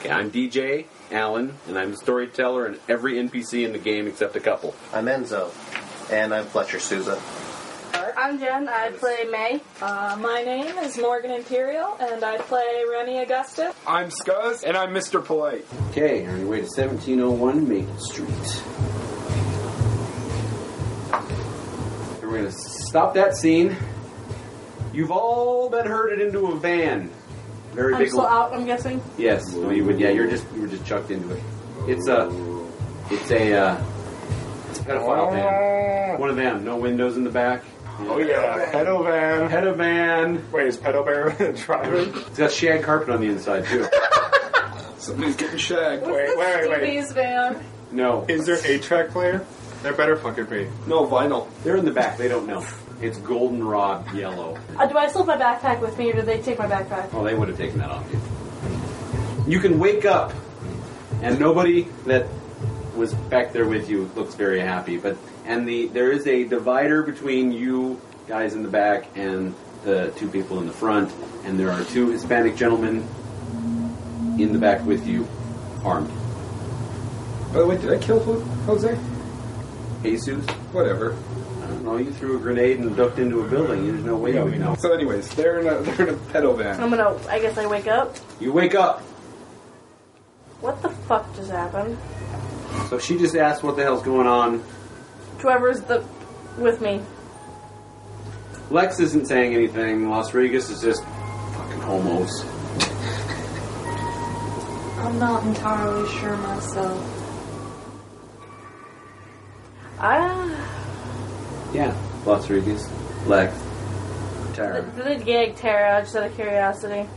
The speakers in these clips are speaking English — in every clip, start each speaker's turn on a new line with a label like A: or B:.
A: Okay, I'm DJ Allen, and I'm the storyteller and every NPC in the game except a couple.
B: I'm Enzo, and I'm Fletcher Souza.
C: I'm Jen. I play May.
D: Uh, my name is Morgan Imperial, and I play Remy Augusta.
E: I'm Scuzz, and I'm Mr. Polite.
F: Okay, on your way to 1701 Maple Street. We're going to stop that scene. You've all been herded into a van. Very
C: I'm
F: big.
C: still
F: lo-
C: out. I'm guessing.
F: Yes, well, you would. Yeah, you're just you were just chucked into it. It's a, it's a, uh, it's a pedophile van. One of them. No windows in the back.
E: Oh yeah, pedo van.
F: Pedo van.
E: Wait, is pedo bear driving?
F: It's got shag carpet on the inside too.
E: Somebody's getting shagged. Wait, wait, wait.
D: Stevie's van.
F: No,
E: Is there a track player? There better fucking be.
F: no vinyl. They're in the back. They don't know. It's goldenrod yellow.
C: Uh, do I still have my backpack with me, or did they take my backpack?
F: Oh, they would have taken that off you. You can wake up, and nobody that was back there with you looks very happy. But and the there is a divider between you guys in the back and the two people in the front, and there are two Hispanic gentlemen in the back with you, armed.
E: By the way, Oh, did I kill Jose?
F: Jesus,
E: Whatever.
F: I don't know. You threw a grenade and ducked into a building. There's no way you would know.
E: So, anyways, they're in a they're in a pedo van.
C: I'm gonna. I guess I wake up.
F: You wake up.
C: What the fuck just happened?
F: So she just asked, "What the hell's going on?"
C: Whoever's the with me.
F: Lex isn't saying anything. Las Vegas is just fucking homos.
D: I'm not entirely sure myself.
C: I.
F: Yeah, Las Vegas, Lex, Tara.
C: Did they gag Tara just out of curiosity?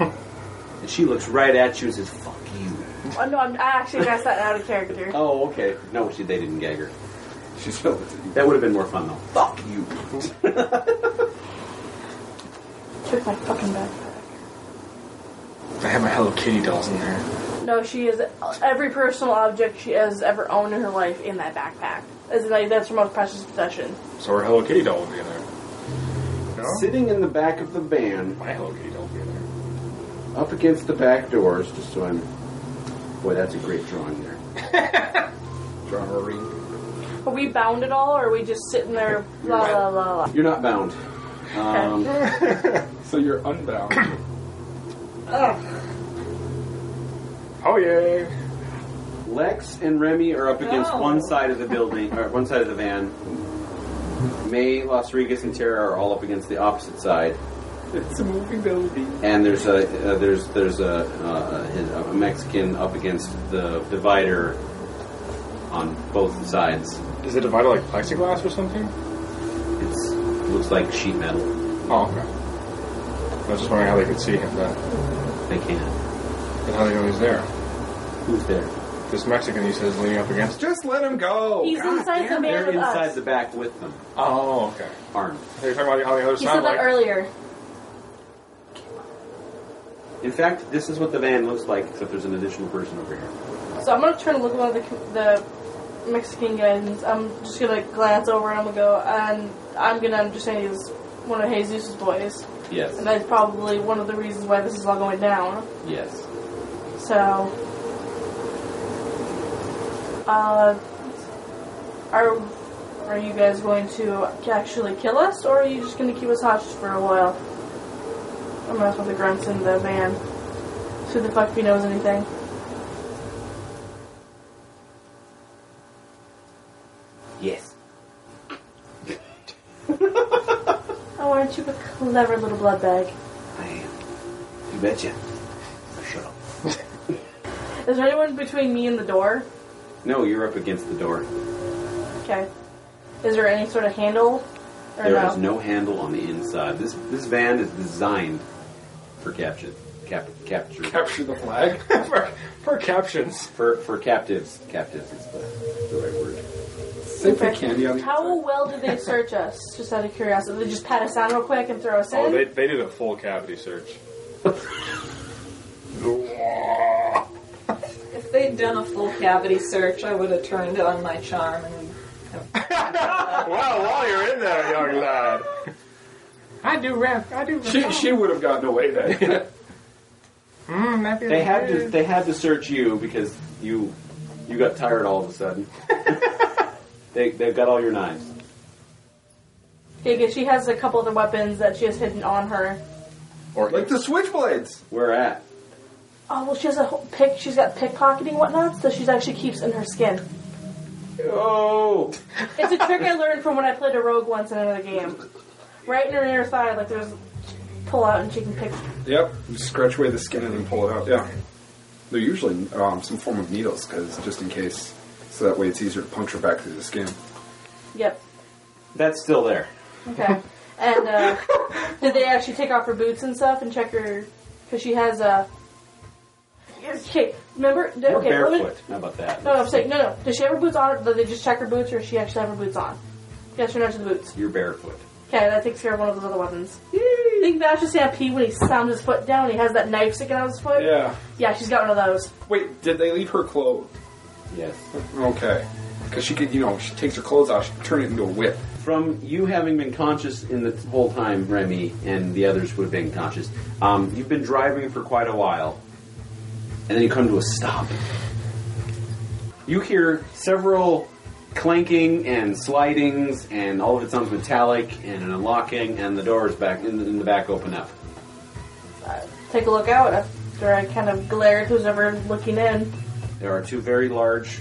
F: And she looks right at you and says, "Fuck you."
C: Oh no, I'm, I actually asked that out of character.
F: Oh, okay. No, she, they didn't gag her.
E: She still with you.
F: That would have been more fun though. Fuck you.
C: Took my fucking backpack.
E: I have my Hello Kitty dolls in there.
C: No, she has every personal object she has ever owned in her life in that backpack. As in, like, that's her most precious possession.
E: So her Hello Kitty doll will be in there.
F: Sitting in the back of the van,
E: My Hello Kitty doll will be in there.
F: up against the back doors, just so I'm. Boy, that's a great drawing there.
E: Drama ring.
C: Are we bound at all, or are we just sitting there, la la la la?
F: You're not bound. Um,
E: So you're unbound. oh yeah.
F: Lex and Remy are up against
C: Oh.
D: No.
F: one side of the building, or one side of the van. May, Las Vegas, and Tara are all up against the opposite side,
E: It's a movie building.
F: and there's a uh, there's there's a, uh, a Mexican up against the divider on both sides.
E: Is it divided like plexiglass or something?
F: It's looks like sheet metal.
E: Oh, okay. I was just wondering how they could see him then,
F: They can't.
E: and how they know he's there.
F: Who's there?
E: This Mexican, he says, leaning up against. Just let him go.
C: He's inside the man
F: They're
C: with
F: inside
C: us.
F: the back with them,
E: Oh, okay.
F: armed.
E: They're talking about how the other
C: He
E: side
C: said that
E: like.
C: earlier.
F: In fact, this is what the van looks like, except there's an additional person over here.
C: So I'm gonna turn and look at one of the, the Mexican guys. I'm just gonna glance over and I'm gonna go, and I'm gonna understand he's one of Jesus' boys, and
F: Yes.
C: that's probably one of the reasons why this is all going down.
F: Yes.
C: So, uh, are are you guys going to actually kill us, or are you just going to keep us hostage for a while? I'm not with the grunts in the van. Who the fuck if he knows anything?
F: Yes.
C: Oh, aren't you a clever little blood bag?
F: I am. You betcha. Shut up.
C: Is there anyone between me and the door?
F: No, you're up against the door.
C: Okay. Is there any sort of handle? Or
F: There is
C: no?
F: no? handle on the inside. This this van is designed for capture, cap, capture
E: Capture the flag for, for captions.
F: for for captives. Captives is the, the right word.
E: They put candy on the
C: How well did they search us? Just out of curiosity, they just pat us down real quick and throw us
G: Oh,
C: in.
G: they, they did a full cavity search.
D: If they'd done a full cavity search, I would have turned on my charm and.
G: Well, while you're in there, young lad.
H: I do rap. I do.
E: She, she would have gotten away then.
H: Mm, that'd be
F: They had to they had to search you because you you got tired all of a sudden. they they've got all your knives.
C: Okay, good. She has a couple of the weapons that she has hidden on her.
G: Or
E: like the switchblades.
F: Where at?
C: Oh well, she has a whole pick. She's got pickpocketing whatnot that she actually keeps in her skin.
F: Oh,
C: It's a trick I learned from when I played a rogue once in another game. Right in her inner thigh, like there's pull out and she can pick.
E: Yep. You scratch away the skin and then pull it out. Yeah. They're usually um, some form of needles, because just in case, so that way it's easier to puncture back through the skin.
C: Yep.
F: that's still there.
C: Okay. And uh, did they actually take off her boots and stuff and check her? Because she has a. Okay. Remember? Okay.
F: We're
C: let me- Oh.
F: barefoot. How about that?
C: No, no, I'm saying no, no. Does she have her boots on? Or does they just check her boots, or does she actually have her boots on? Yes or no to the boots.
F: You're barefoot.
C: Okay, that takes care of one of those other weapons. I think that's just P when he slams his foot down. He has that knife sticking out of his foot.
E: Yeah.
C: Yeah, she's got one of those.
E: Wait, did they leave her clothed?
F: Yes.
E: Okay. Because she could, you know, she takes her clothes off, she can turn it into a whip.
F: From you having been conscious in the whole time, Remy and the others who have been conscious, um, you've been driving for quite a while, and then you come to a stop. You hear several clanking and slidings, and all of it sounds metallic and an unlocking, and the doors back in the, in the back open up.
C: I take a look out after I kind of glare at who's ever looking in.
F: There are two very large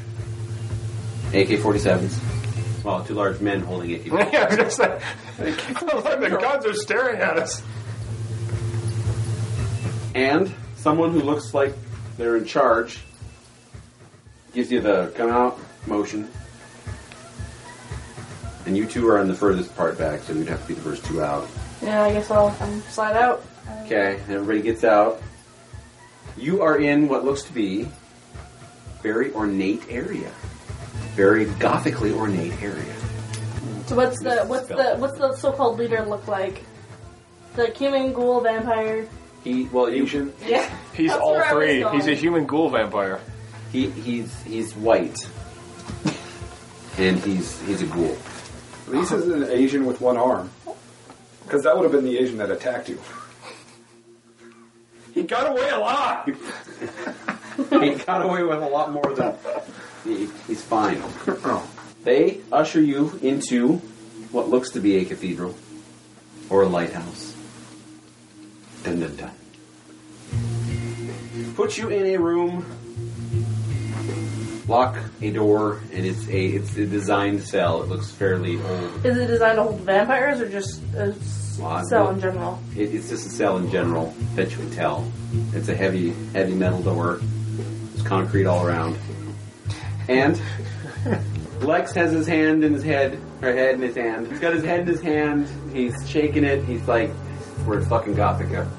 F: AK-47s. Well, two large men holding AK-47s.
G: yeah, I'm just like, the guns are staring at us.
F: and someone who looks like they're in charge gives you the come out motion. And you two are in the furthest part back, so you'd have to be the first two out.
C: Yeah, I guess I'll um, slide out.
F: Okay, and everybody gets out. You are in what looks to be very ornate area. Very gothically ornate area.
C: So what's the
F: Just
C: what's the
F: spell.
C: what's the so-called leader look like? The human ghoul vampire.
F: He well you,
E: Asian.
C: Yeah.
G: He's
D: That's
G: all
D: where I was
G: three.
D: going.
G: He's a human ghoul vampire.
F: he he's he's white. and he's he's a ghoul.
E: Lisa's an Asian with one arm. Because that would have been the Asian that attacked you.
G: He got away alive.
F: he got away with a lot more than he, he's fine.
E: Oh.
F: They usher you into what looks to be a cathedral or a lighthouse. Dun dun dun. Put you in a room, lock a door, and it's a it's a designed cell. It looks fairly old.
C: Is it designed to hold vampires or just a s-
F: Well, I
C: cell
F: don't-
C: in general?
F: It, it's just a cell in general that you can tell. It's a heavy heavy metal door. It's concrete all around. And Lex has his hand in his head, her head in his hand. He's got his head in his hand. He's shaking it. He's like, we're in fucking Gothica.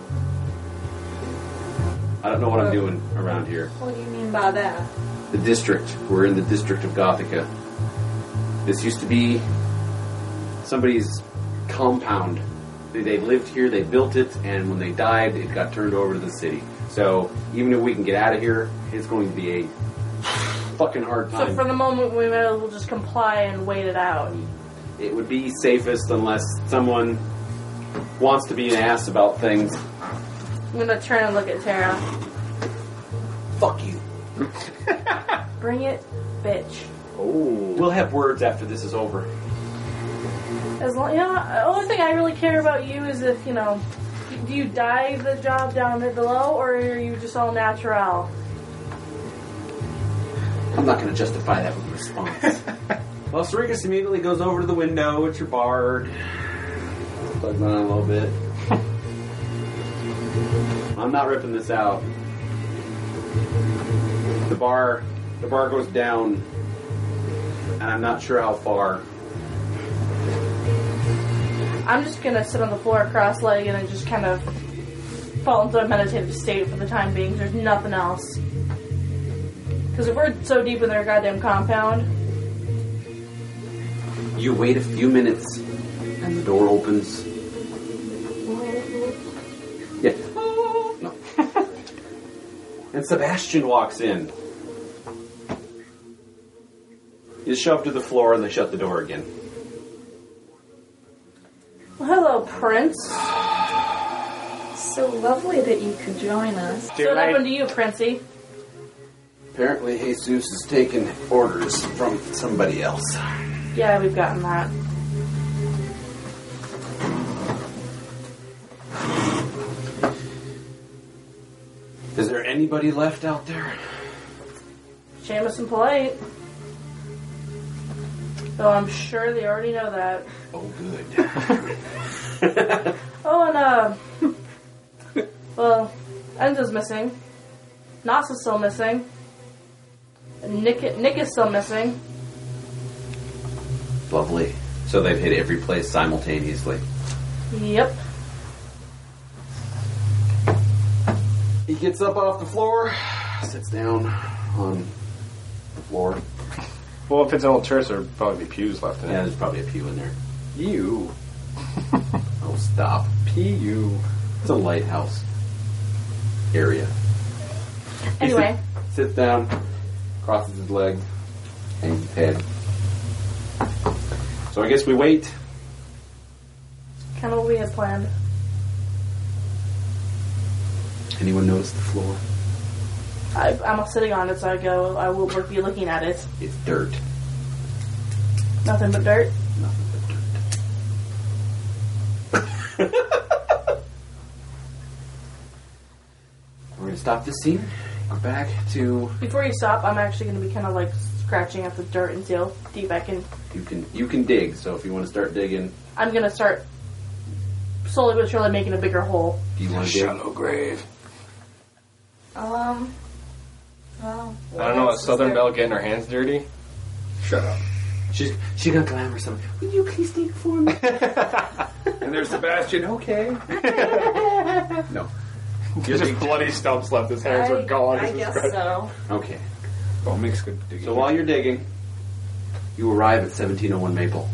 F: I don't know what I'm doing around here.
D: What do you mean by that?
F: The district. We're in the district of Gothica. This used to be somebody's compound. They, they lived here, they built it, and when they died, it got turned over to the city. So even if we can get out of here, it's going to be a fucking hard
C: So
F: time.
C: for the moment, we might as well just comply and wait it out.
F: it would be safest unless someone wants to be an ass about things.
C: I'm gonna turn and look at Tara.
F: Fuck you.
C: Bring it, bitch.
F: We'll have words after this is over.
C: As long, you know, the only thing I really care about you is if you know, do you dye the job down there below, or are you just all natural?
F: I'm not going to justify that with a response. well, Sirigus immediately goes over to the window. It's your bard. Plug that on a little bit. I'm not ripping this out. The bar, the bar goes down, and I'm not sure how far.
C: I'm just gonna sit on the floor cross-legged and just kind of fall into a meditative state for the time being. There's nothing else. Because if we're so deep in their goddamn compound,
F: You wait a few minutes, and the door opens. Yeah. No. and Sebastian walks in. He's shoved to the floor, and they shut the door again.
C: Well, hello, Prince.
D: So lovely that you could join us.
G: Do
C: so what
G: I-
C: happened to you, Princey?
F: Apparently, Jesus is taking orders from somebody else.
C: Yeah, we've gotten that.
F: Is there anybody left out there?
C: Seamus and Polite. Though I'm sure they already know that.
F: Oh, good.
C: Oh, and, uh. well, Enzo's missing. Nas is still missing. And Nick, Nick is still missing.
F: Lovely. So they've hit every place simultaneously.
C: Yep.
F: He gets up off the floor, sits down on the floor.
G: Well, if it's an old church, there'd probably be pews left in
F: Yeah,
G: it.
F: there's probably a pew in there.
E: You.
F: Oh, stop.
E: P U.
F: It's a lighthouse area. He
C: Anyway.
F: sit- sits down, crosses his legs, hangs his head. So I guess we wait.
C: Kind of what we had planned.
F: Anyone notice the floor?
C: I, I'm sitting on it, so I go. I will be looking at it.
F: It's dirt.
C: Nothing but dirt.
F: Nothing but dirt. We're gonna stop this scene. Go back to
C: Before you stop, I'm actually going to be kind of like scratching at the dirt and see how deep I can.
F: you can you can dig. So if you want to start digging,
C: I'm going to start slowly but surely making a bigger hole.
F: do you want to dig?
G: grave.
D: Um. Well.
G: I don't know. Is Southern Belle getting her hands dirty?
E: Shut up.
F: She's she gonna glamour something. Will you please dig for me?
E: And there's Sebastian. Okay.
F: no.
G: There's just bloody stumps left. His hands are gone.
D: I
G: This is
D: guess
G: great.
D: so.
F: Okay.
E: Well, makes Oh, good digging.
F: So while you're digging, you arrive at 1701 Maple.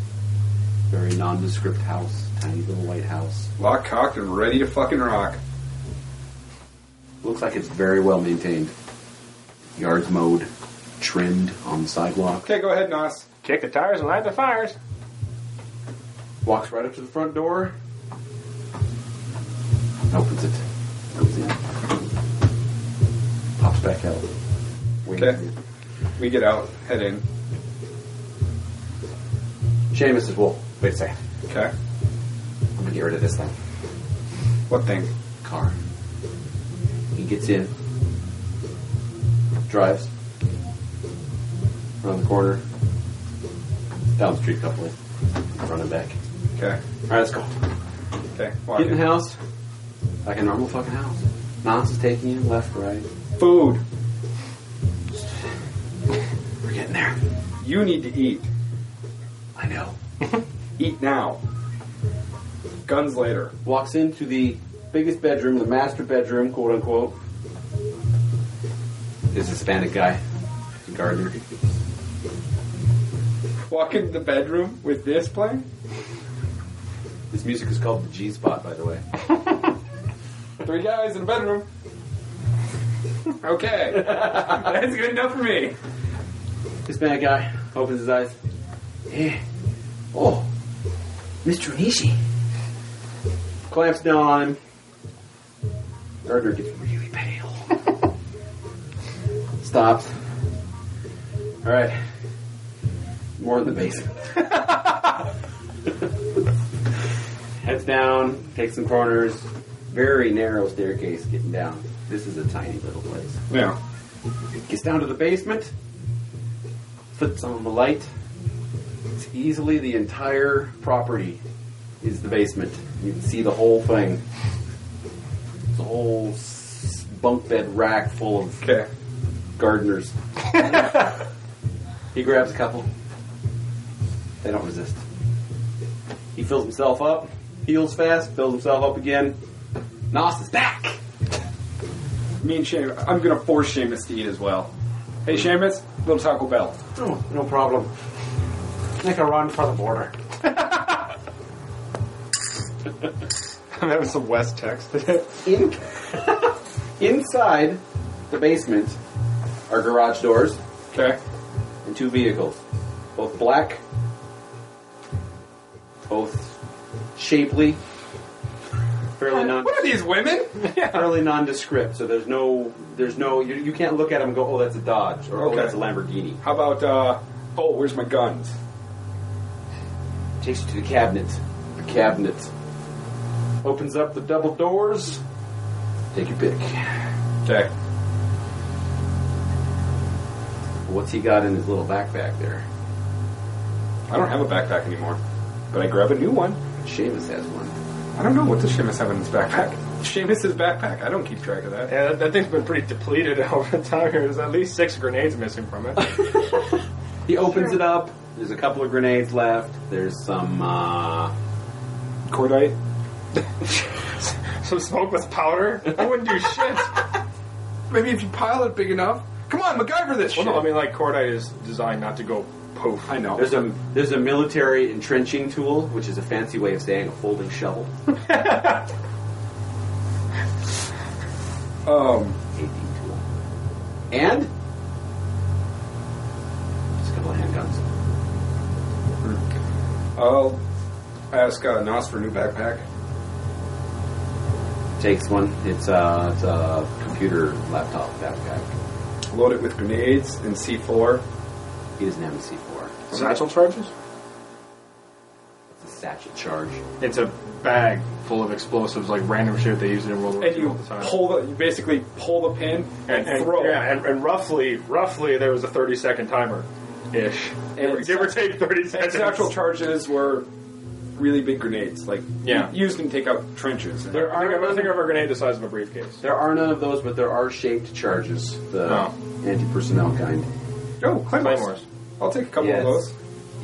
F: Very nondescript house, tiny little white house.
E: lock cocked and ready to fucking rock.
F: Looks like it's very well maintained. Yards mowed, trimmed on the sidewalk.
E: Okay, go ahead, Nas.
G: Kick the tires and light the fires.
F: Walks right up to the front door, opens it, goes in, pops back out. Wings
E: Okay.
F: it.
E: We get out. Head in.
F: Seamus says, "Well, wait a second.
E: Okay.
F: I'm gonna get rid of this thing."
E: What thing?
F: car. He gets in, drives around the corner, down the street, couple of running back.
E: Okay.
F: All right, let's go.
E: Okay. Walk
F: Get in the
E: in.
F: house, like a normal fucking house. Nas is taking you left, right.
E: Food.
F: We're getting there.
E: You need to eat.
F: I know.
E: Eat now. Guns later.
F: Walks into the biggest bedroom, the master bedroom, quote unquote. This Hispanic guy, gardener.
E: Walk into the bedroom with this playing.
F: This music is called the G spot, by the way.
E: Three guys in a bedroom. Okay. That's good enough for me.
F: This bad guy opens his eyes. Hey. Oh. Mr. Nishi. Clamps down on him. Gardner gets really pale. Stops. Alright. More in the basement. Heads down, takes some corners. Very narrow staircase getting down. This is a tiny little place.
E: Yeah.
F: Gets down to the basement, flips on the light. It's easily the entire property is the basement. You can see the whole thing. It's a whole s- bunk bed rack full of
E: Okay.
F: gardeners. he grabs a couple. They don't resist. He fills himself up, heals fast, fills himself up again. Nos is back.
E: Me and Seamus. I'm gonna force Seamus to eat as well. Hey, Seamus. Little Taco Bell.
F: Oh, no problem.
I: Make a run for the border.
G: that was some West text.
F: In, inside the basement are garage doors
G: okay.
F: and two vehicles, both black, both shapely, fairly non
G: What are these women?
F: fairly nondescript. So there's no there's no you, you can't look at them and go oh that's a Dodge or oh
E: Okay.
F: that's a Lamborghini.
E: How about, uh, oh, where's my guns?
F: Takes you to the cabinet. The cabinet opens up the double doors. Take your pick.
E: Okay.
F: What's he got in his little backpack there?
E: I don't have a backpack anymore, but I grab a new one.
F: Seamus has one.
E: I don't know what does Seamus have in his backpack. Seamus' backpack. I don't keep track of that.
G: Yeah, that, that thing's been
H: Pretty depleted over time. There's at least six grenades missing from it.
F: He opens it up. There's a couple of grenades left. There's some uh,
E: Cordite.
H: Some smoke with powder. I wouldn't do shit.
E: Maybe if you pile it big enough. Come on, MacGyver this
H: Well,
E: shit.
H: no, I mean like cordite is designed not to go poof.
E: I know.
F: there's a there's a military entrenching tool, which is a fancy way of saying a folding shovel.
E: Um,
F: AD tool. And just a couple of handguns.
E: I'll ask uh, Nos for a new backpack.
F: Takes one. It's a, it's a computer laptop backpack.
E: Load it with grenades and C4.
F: He doesn't have a C4.
E: Satchel charges?
F: It's a satchel charge.
G: It's a bag full of explosives, like random shit they used in World War
E: And
G: II all
E: you
G: the time.
E: pull the, you basically pull the pin and,
G: and, and-
E: throw.
G: yeah, and, and roughly, roughly there was a thirty second timer, ish,
E: Every
G: give or take thirty
E: And
G: seconds.
E: satchel charges were really big grenades. Like,
G: Yeah.
E: used them to take out trenches.
G: There are, I think of- I think of a grenade the size of a briefcase.
F: There are none of those, but there are shaped charges. The
G: Oh.
F: anti-personnel kind.
E: oh, claymores.
G: Claymores.
E: I'll take a couple
F: Yes.
E: of those.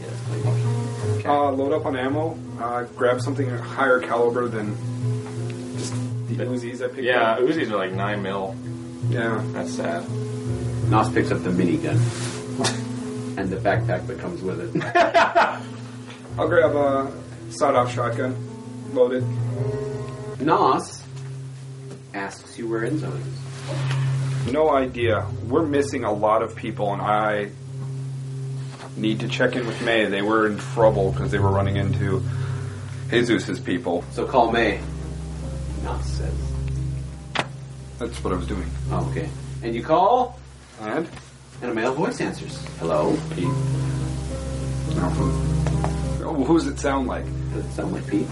F: Yes, Claymore.
E: Uh, load up on ammo. Uh, grab something at higher caliber than just the Uzis I picked
G: Yeah,
E: up.
G: Uzis are like nine mil.
E: Yeah.
G: That's sad.
F: Nos picks up the minigun and the backpack that comes with it.
E: I'll grab a sawed-off shotgun, loaded.
F: Nos asks you where end zone is.
E: No idea. We're missing a lot of people, and I need to check in with May. They were in trouble because they were running into Jesus's people.
F: So call May. Nos says.
E: That's what I was doing.
F: Oh, okay. And you call,
E: And
F: and a male voice answers. Hello. Pete.
E: no. Oh, who's it sound like?
F: Does it sound like Pete?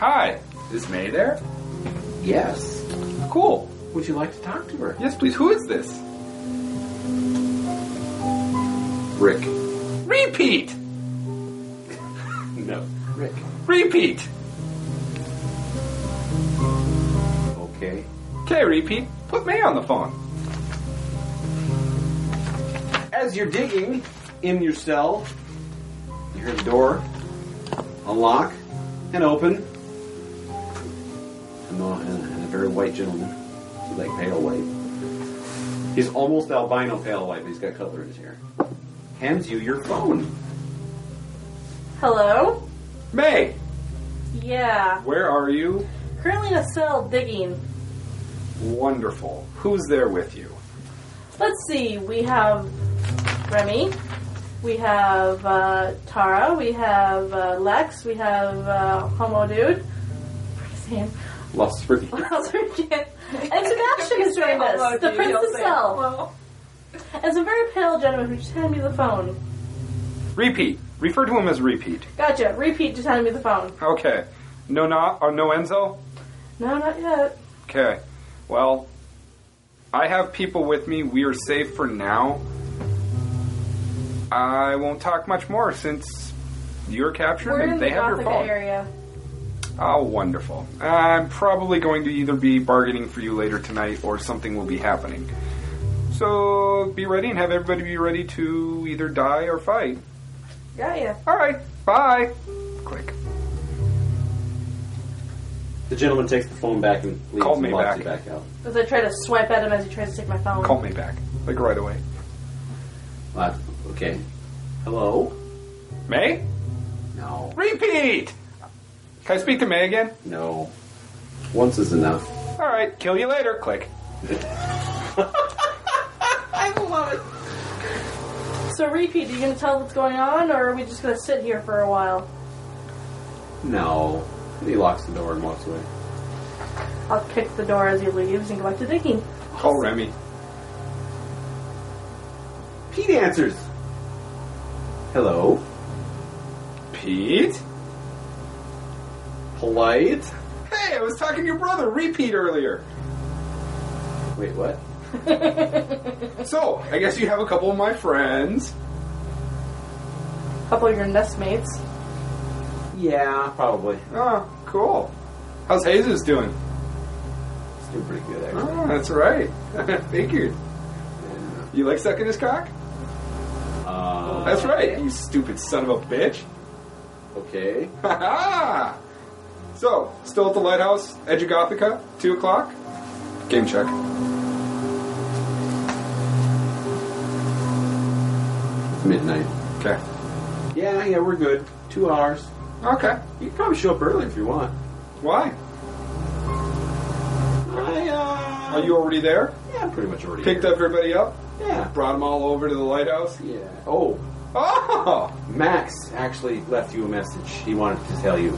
E: Hi, is May there?
F: Yes.
E: Cool.
F: Would you like to talk to her?
E: Yes, please. Who is this?
F: Rick.
E: Repeat.
F: No. Rick.
E: Repeat.
F: Okay.
E: Okay, repeat. Put May on the phone.
F: As you're digging in your cell, you hear the door unlock and open. And, the, and a very white gentleman, he's like pale white. He's almost albino pale white, but he's got color in his hair. Hands you your phone.
C: Hello?
E: May,
C: Yeah.
E: where are you?
C: Currently in a cell digging.
E: Wonderful. Who's there with you?
C: Let's see, we have Remy, we have uh, Tara, we have uh, Lex, we have uh, Homo Dude. His name.
F: Lost for
C: What else are we getting? And Sebastian is joining us, the Prince of Cell. And some very pale gentleman who just handed me the phone.
E: Repeat. Refer to him as repeat.
C: Gotcha, repeat, just handed me the phone.
E: Okay. No, not or no Enzo.
C: No, not yet.
E: Okay. Well, I have people with me. We are safe for now. I won't talk much more since you're captured
C: We're
E: and
C: in
E: they
C: the
E: have your
C: Gothic
E: phone.
C: area.
E: Oh, wonderful. I'm probably going to either be bargaining for you later tonight or something will be happening. So be ready and have everybody be ready to either die or fight.
C: Got ya.
E: All right. Bye. Click.
F: The gentleman takes the phone back and leaves
E: Call
F: and
E: me
F: locks
E: back.
F: it back out.
C: As I try to swipe at him as he tries to take my phone.
E: Call me back. Like right away.
F: Uh, okay. Hello?
E: May?
F: No.
E: Repeat! Can I speak to May again?
F: No. Once is enough.
E: Alright, kill you later. Click.
C: So, repeat. Are you gonna tell us what's going on, or are we just gonna sit here for a while?
F: No. And he locks the door and walks away.
C: I'll kick the door as he leaves and go back to digging.
E: Call Remy.
F: Pete answers. Hello.
E: Pete?
F: Polite.
E: Hey, I was talking to your brother, Repeat, earlier.
F: Wait, what?
E: So, I guess you have a couple of my friends.
C: A couple of your nest mates.
F: Yeah, probably.
E: Oh, cool. How's Jesus doing?
F: It's doing pretty good, actually.
E: Oh, that's right. Figured. You like sucking his cock?
F: Uh,
E: That's right, you stupid son of a bitch.
F: okay.
E: Ha ha! So, still at the lighthouse, edge of Gothica, 2 o'clock? Game check.
F: It's midnight.
E: Okay.
F: Yeah, yeah, we're good. Two hours.
E: Okay.
F: You can probably show up early if you want.
E: Why?
F: I, uh,
E: Are you already there?
F: Yeah, I'm pretty much already
E: Picked
F: here.
E: everybody up?
F: Yeah.
E: Brought them all over to the lighthouse?
F: Yeah. Oh,
E: Oh!
F: Max actually left you a message. He wanted to tell you.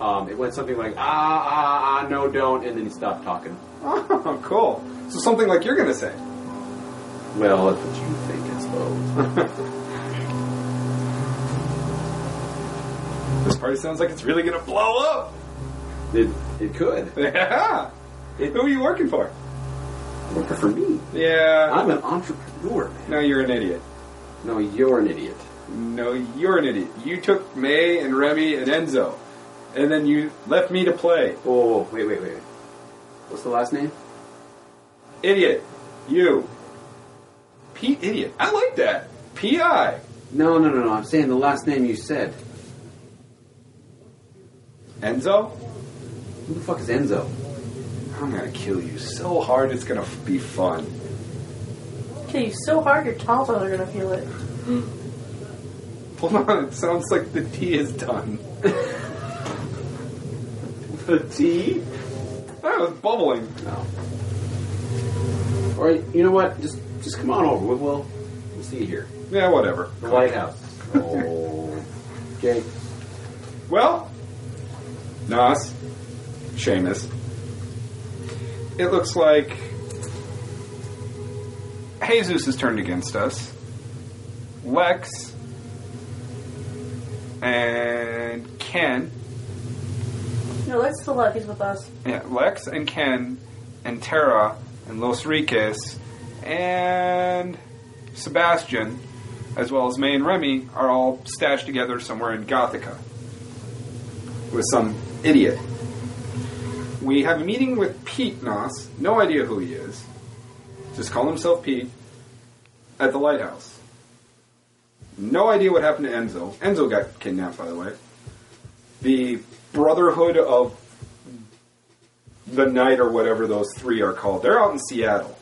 F: Um, it went something like ah ah ah no don't, and then he stopped talking.
E: Oh, cool. So something like you're gonna say.
F: Well, that's what you think, I suppose.
E: This party sounds like it's really gonna blow up.
F: it it could.
E: Yeah.
F: It-
E: Who are you working for?
F: Working for me.
E: Yeah.
F: I'm an entrepreneur, man.
E: No, you're an idiot.
F: No, you're an idiot.
E: No, you're an idiot. You took May and Remy and Enzo, and then you left me to play.
F: Oh, wait, wait, wait. wait. What's the last name?
E: Idiot. You. Pete Idiot. I like that. P.I.
F: No, no, no, no. I'm saying the last name you said.
E: Enzo?
F: Who the fuck is Enzo?
E: I'm gonna kill you so hard it's gonna f- be fun.
C: Okay, you so hard your tonsils are gonna feel it.
E: Hold on, it sounds like the tea is done.
F: The T?
E: I was Oh, bubbling.
F: No. All right. You know what? Just just come on over. We'll we'll, we'll see you here.
E: Yeah, whatever.
F: The lighthouse. Oh. Okay.
E: Well, Nas, Seamus, it looks like Jesus has turned against us. Lex and Ken,
C: No, let's still love. He's with us.
E: yeah, Lex and Ken and Tara and Los Riques and Sebastian, as well as May and Remy, are all stashed together somewhere in Gothica with some idiot. We have a meeting with Pete Noss, no idea who he is, just call himself Pete, at the lighthouse. No idea what happened to Enzo. Enzo got kidnapped, by the way. The Brotherhood of the Night, or whatever those three are called, they're out in Seattle,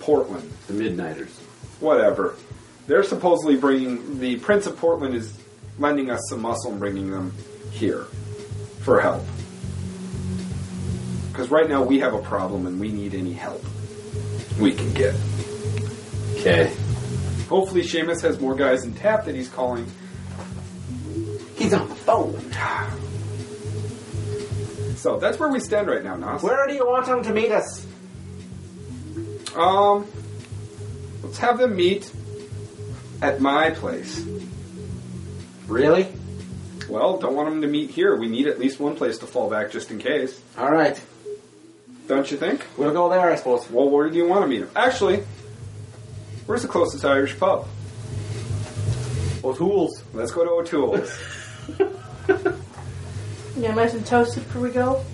E: Portland,
F: The Midnighters.
E: whatever. They're supposedly bringing the Prince of Portland is lending us some muscle and bringing them here for help. Because right now we have a problem and we need any help we can get.
F: Okay.
E: Hopefully, Seamus has more guys in tap that he's calling.
F: He's on the phone.
E: So that's where we stand right now, Nas.
F: Where do you want him to meet us?
E: Um, let's have them meet at my place.
F: Really?
E: Well, don't want them to meet here. We need at least one place to fall back just in case.
F: All right.
E: Don't you think?
F: We'll go there, I suppose.
E: Well, where do you want to meet them? Actually, where's the closest Irish pub?
F: O'Toole's.
E: Let's go to O'Toole's.
C: Yeah, nice and toasted before we go.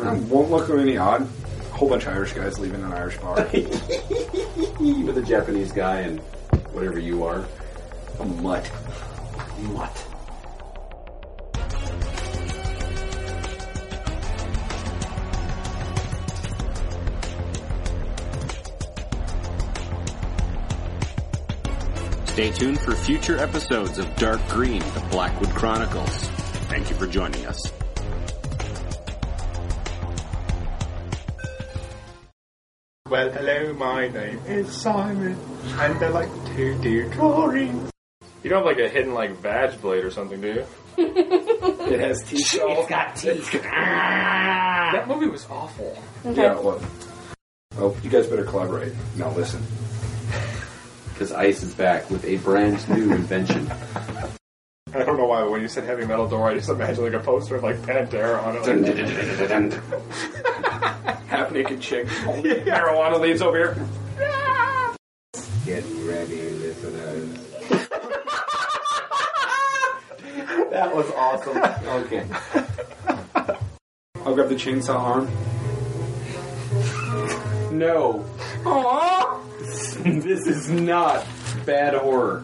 E: I won't look any odd. Whole bunch of Irish guys leaving an Irish bar.
F: With a Japanese guy and whatever you are.
E: A mutt.
F: Mutt. Stay tuned for future episodes of Dark Green, The Blackwood Chronicles. Thank you for joining us.
G: Well, hello, my name is Simon, and I like to do drawings.
J: You don't have like a hidden like vag blade or something, do you?
E: It has teeth. It's got Ah!
G: That movie was awful.
K: Okay.
E: Yeah, it was. Well, you guys better collaborate. Now listen.
H: Because Ice is back with a brand new invention.
G: I don't know why, but when you said heavy metal door, I just imagined like a poster of like Pantera on it. Like,
E: Half naked chick. Marijuana leaves over here.
H: Get ready, listeners.
L: That was awesome.
H: Okay.
E: I'll grab the chainsaw arm.
H: No. this is not bad horror.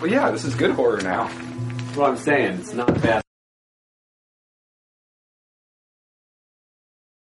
E: Well, yeah, this is good horror now.
H: That's what I'm saying. It's not bad